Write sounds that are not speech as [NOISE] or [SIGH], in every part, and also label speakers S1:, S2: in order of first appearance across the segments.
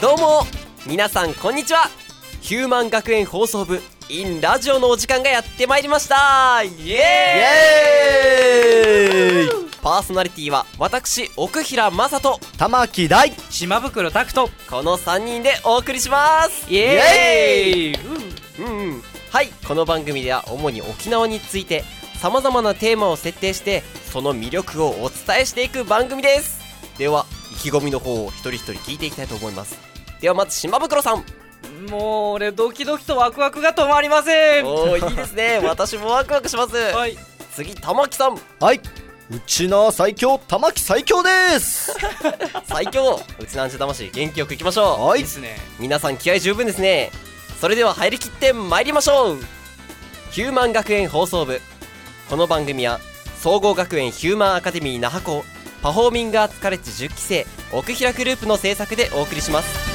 S1: どうも皆さんこんにちはヒューマン学園放送部 in ラジオのお時間がやってまいりましたイエーイパーソナリティは私奥平雅人
S2: 玉木大
S3: 島袋拓人
S1: この3人でお送りします
S3: イ
S2: エ
S3: エーイ
S1: うんうんはいこの番組では主に沖縄についてさまざまなテーマを設定してその魅力をお伝えしていく番組ですでは意気込みの方を一人一人聞いていきたいと思いますではまず島袋さん
S3: もう俺ドキドキとワクワクが止まりませ
S1: [LAUGHS]
S3: ん
S1: おーいいです
S3: [LAUGHS]
S1: ね私もワクワクします
S3: はい
S1: 次玉木さん
S2: はいうちな最強玉木最強です
S1: [LAUGHS] 最強うちなんち魂元気よくいきましょ
S2: は
S3: で
S2: い
S3: すね
S1: う皆さん気合十分ですねそれでは入りきって参りましょうヒューマン学園放送部この番組は総合学園ヒューマンアカデミー那覇校パフォーミングアーツカレッジ10期生奥平グループの制作でお送りします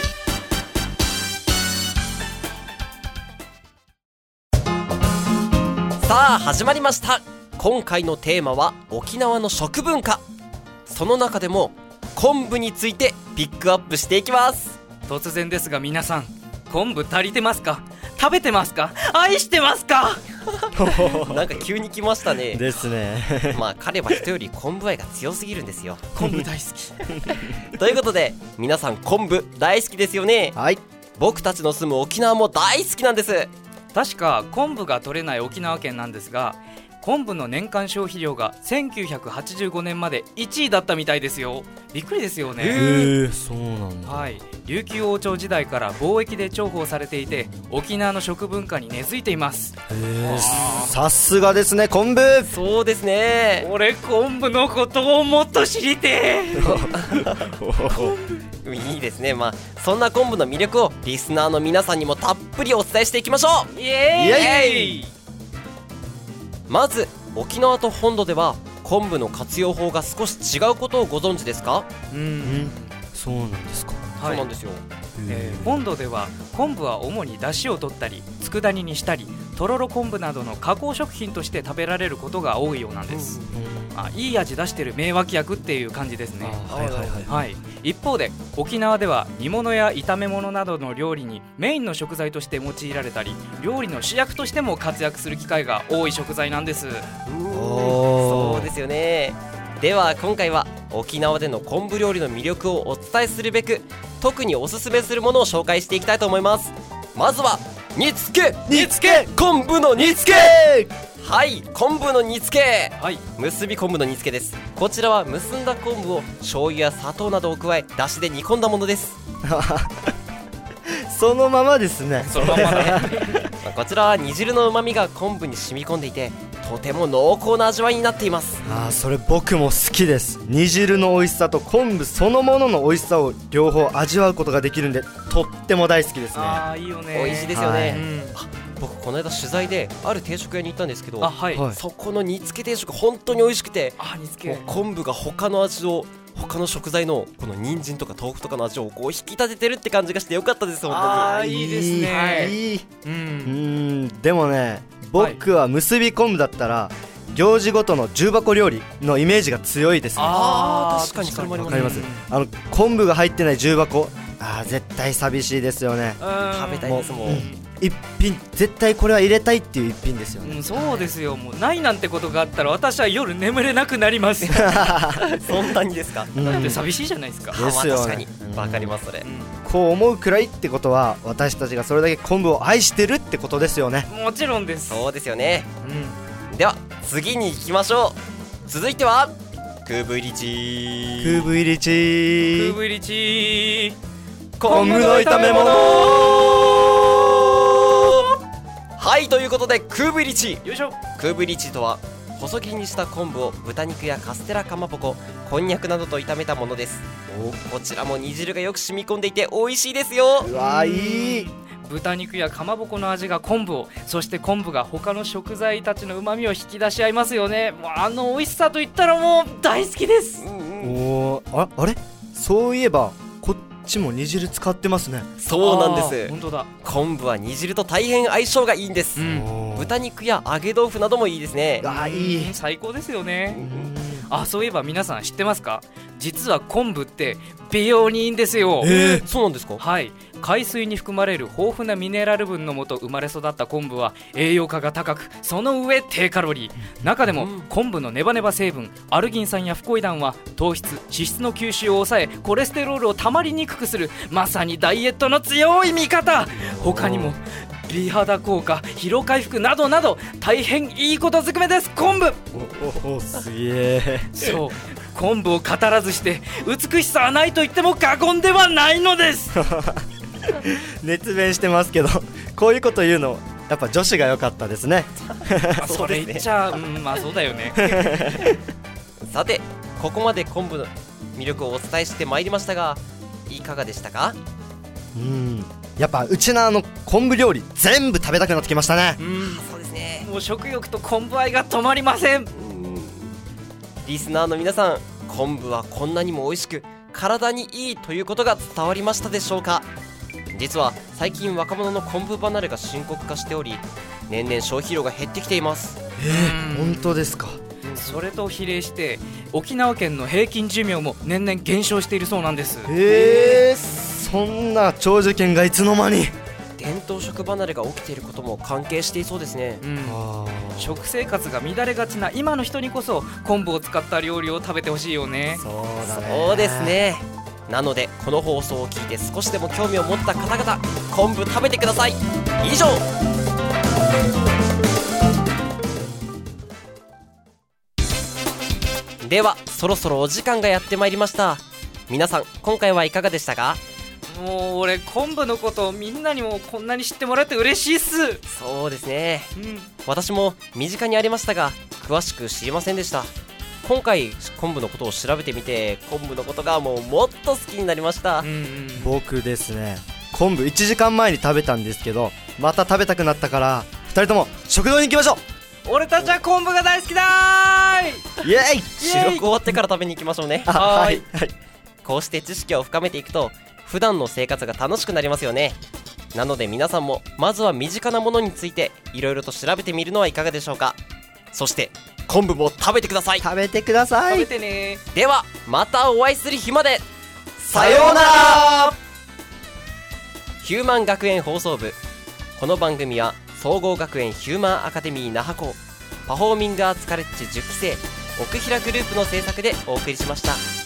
S1: さあ始まりました今回のテーマは沖縄の食文化その中でも昆布についてピックアップしていきます
S3: 突然ですが皆さん昆布足りてますか食べてますか愛してますか
S1: なんか急に来ましたね
S2: ですね
S1: まあ彼は人より昆布愛が強すぎるんですよ
S3: 昆布大好き
S1: ということで皆さん昆布大好きですよね
S2: はい
S1: 僕たちの住む沖縄も大好きなんです
S3: 確か昆布が取れない沖縄県なんですが昆布の年間消費量が1985年まで1位だったみたいですよびっくりですよね、
S2: えー、そうなんだ
S3: はい、琉球王朝時代から貿易で重宝されていて沖縄の食文化に根付いています
S2: えー、さすがですね昆布
S1: そうですね
S3: 俺昆布のことをもっと知りて
S1: いいですねまあそんな昆布の魅力をリスナーの皆さんにもたっぷりお伝えしていきましょ
S3: えイエーイ
S1: うまず沖縄と本土では昆布の活用法が少し違うことをご存知ですか、
S3: う
S2: うんんそうなんですか
S1: そう
S3: はい
S1: なんですよ
S3: えー本土では昆布は主に出汁を取ったり佃煮にしたりとろろ昆布などの加工食品として食べられることが多いようなんです、あいい味出してる名脇役っていう感じですね
S2: あはいはいはい
S3: はい、一方で沖縄では煮物や炒め物などの料理にメインの食材として用いられたり料理の主役としても活躍する機会が多い食材なんです
S1: うーん
S2: おー
S1: そうですよねでは今回は沖縄での昆布料理の魅力をお伝えするべく特におすすめするものを紹介していきたいと思いますまずは煮付け
S2: 煮付け
S1: 昆布の煮
S2: 煮
S1: 付け
S2: 付け
S1: はい昆布の煮付け
S3: はい
S1: 結び昆布の煮付けですこちらは結んだ昆布を醤油や砂糖などを加えだしで煮込んだものです、
S2: そのままですね
S3: そのままだ
S1: [LAUGHS] まあこちらは煮汁の旨味が昆布に染み込んでいてとても濃厚な味わいになっています
S2: あーそれ僕も好きです煮汁の美味しさと昆布そのものの美味しさを両方味わうことができるんでとっても大好きですねは
S3: あーいいよね
S1: 美味しいですよね、
S2: は
S3: う
S2: い
S3: ん
S1: 僕この間取材である定食屋に行ったんですけど
S3: あはい、
S2: はい
S1: そこの煮付け定食本当に美味しくて
S3: あ煮つ
S1: もう
S3: け
S1: 昆布が他の味を他の食材のこの人参とか豆腐とかの味をこう引き立ててるって感じがしてよかったです本
S3: あ
S1: 当
S3: ー
S1: に
S3: いいですね
S2: いいううんーんでもね僕は結び昆布だったら行事ごとの重箱料理のイメージが強いですねわ
S1: あー
S3: ー
S1: 確かにそれもあります
S2: かります
S3: うん
S2: あの昆布が入ってない重箱あー絶対寂しいですよね
S1: 食べたい
S3: い、
S1: ですもん
S2: 一品絶対これは入れたいっていう一品ですよ
S3: う
S2: ね
S3: ん、そうですよもうないなんてことがあったら私は夜眠れなくなりますだ
S1: そんなにですか
S2: うん
S3: って寂しいじゃないですか、
S2: です
S1: あま
S2: よね
S1: あ確かに
S2: うん
S1: わかりますそれ
S2: こう思うくらいってことは私たちがそれだけ昆布を愛してるってことですよね
S3: うんもちろんです
S1: そうですよね
S3: うん
S1: では次に行きましょう続いてはくぶりち
S2: 空布入りチ
S3: 空
S2: ー
S3: 振りチー
S2: 昆布の炒め物
S1: はいということでくぶりち
S3: よいしょ
S1: クーブリッチとは細切りにした昆布を豚肉やカステラかまぼここんにゃくなどと炒めたものですこちらも煮汁がよく染み込んでいて美味しいですよ
S2: うわいい
S3: 豚肉やかまぼこの味が昆布をそして昆布が他の食材たちのうまみを引き出し合いますよねもうあの美味しさといったらもう大好きです
S1: うんうん
S2: おーああれそういえばこっちも煮汁使ってますね、
S1: そうなん
S3: あー
S1: です
S3: 本当だ、
S1: 昆布は煮汁と大変相性がいいんです
S3: うん
S2: おー
S1: 豚肉や揚げ豆腐などもいいですね
S2: あいい
S3: 最高ですよね
S2: うん
S3: あそういえば皆さん知ってますか実は昆布って美容にいいんですよ
S1: えー、そうなんですか
S3: はい海水に含まれる豊富なミネラル分のもと生まれ育った昆布は栄養価が高くその上低カロリー中でも昆布のネバネバ成分アルギン酸やフコイダンは糖質脂質の吸収を抑えコレステロールをたまりにくくするまさにダイエットの強い味方他にも美肌効果疲労回復などなど大変いいことずくめです昆布
S2: おおすげえ
S3: そう昆布を語らずして美しさはないと言っても過言ではないのです
S2: [LAUGHS] 熱弁してますけど [LAUGHS] こういうこと言うのやっぱ女子が良かったですね
S3: それ言っちゃ、うん、まあそうだよね
S1: さてここまで昆布の魅力をお伝えしてまいりましたがいかがでしたか
S2: うんやっぱうちのあの昆布料理全部食べたくなってきましたね
S1: うんそうですね
S3: もう食欲と昆布愛が止まりません
S1: リスナーの皆さん昆布はこんなにも美味しく体にいいということが伝わりましたでしょうか実は最近若者の昆布離れが深刻化しており年々消費量が減ってきています
S2: えー、本当ですか
S3: それと比例して沖縄県の平均寿命も年々減少しているそうなんです
S2: えー、そんな長寿県がいつの間に
S1: 伝統食離れが起きていることも関係していそうですね、うん、
S3: 食生活が乱れがちな今の人にこそ昆布を使った料理を食べてほしいよね
S2: そうだね、
S1: そうですねなのでこの放送を聞いて少しでも興味を持った方々昆布食べてください以上ではそろそろお時間がやってまいりました皆さん今回はいかがでしたか
S3: もう俺昆布のことをみんなにもこんなに知ってもらって嬉しいっす
S1: そうですね、うん、私も身近にありましたが詳しく知りませんでした今回昆布のことを調べてみて昆布のことがもうもっと好きになりました、うんうん
S2: 僕ですね昆布1時間前に食べたんですけどまた食べたくなったから2人とも食堂に行きましょう
S3: 俺たちは昆布が大好きだ
S2: イエイ
S1: 収録終わってから食べに行きましょうね
S2: はい、はい、
S1: こうして知識を深めていくと普段の生活が楽しくなりますよねなので皆さんもまずは身近なものについていろいろと調べてみるのはいかがでしょうかそして昆布も食べてください
S2: 食べてください
S3: 食べてね
S1: ではまたお会いする日まで
S2: さようなら
S1: ヒューマン学園放送部この番組は総合学園ヒューマンアカデミー那覇校パフォーミングアーツカレッジ10期生奥平グループの制作でお送りしました。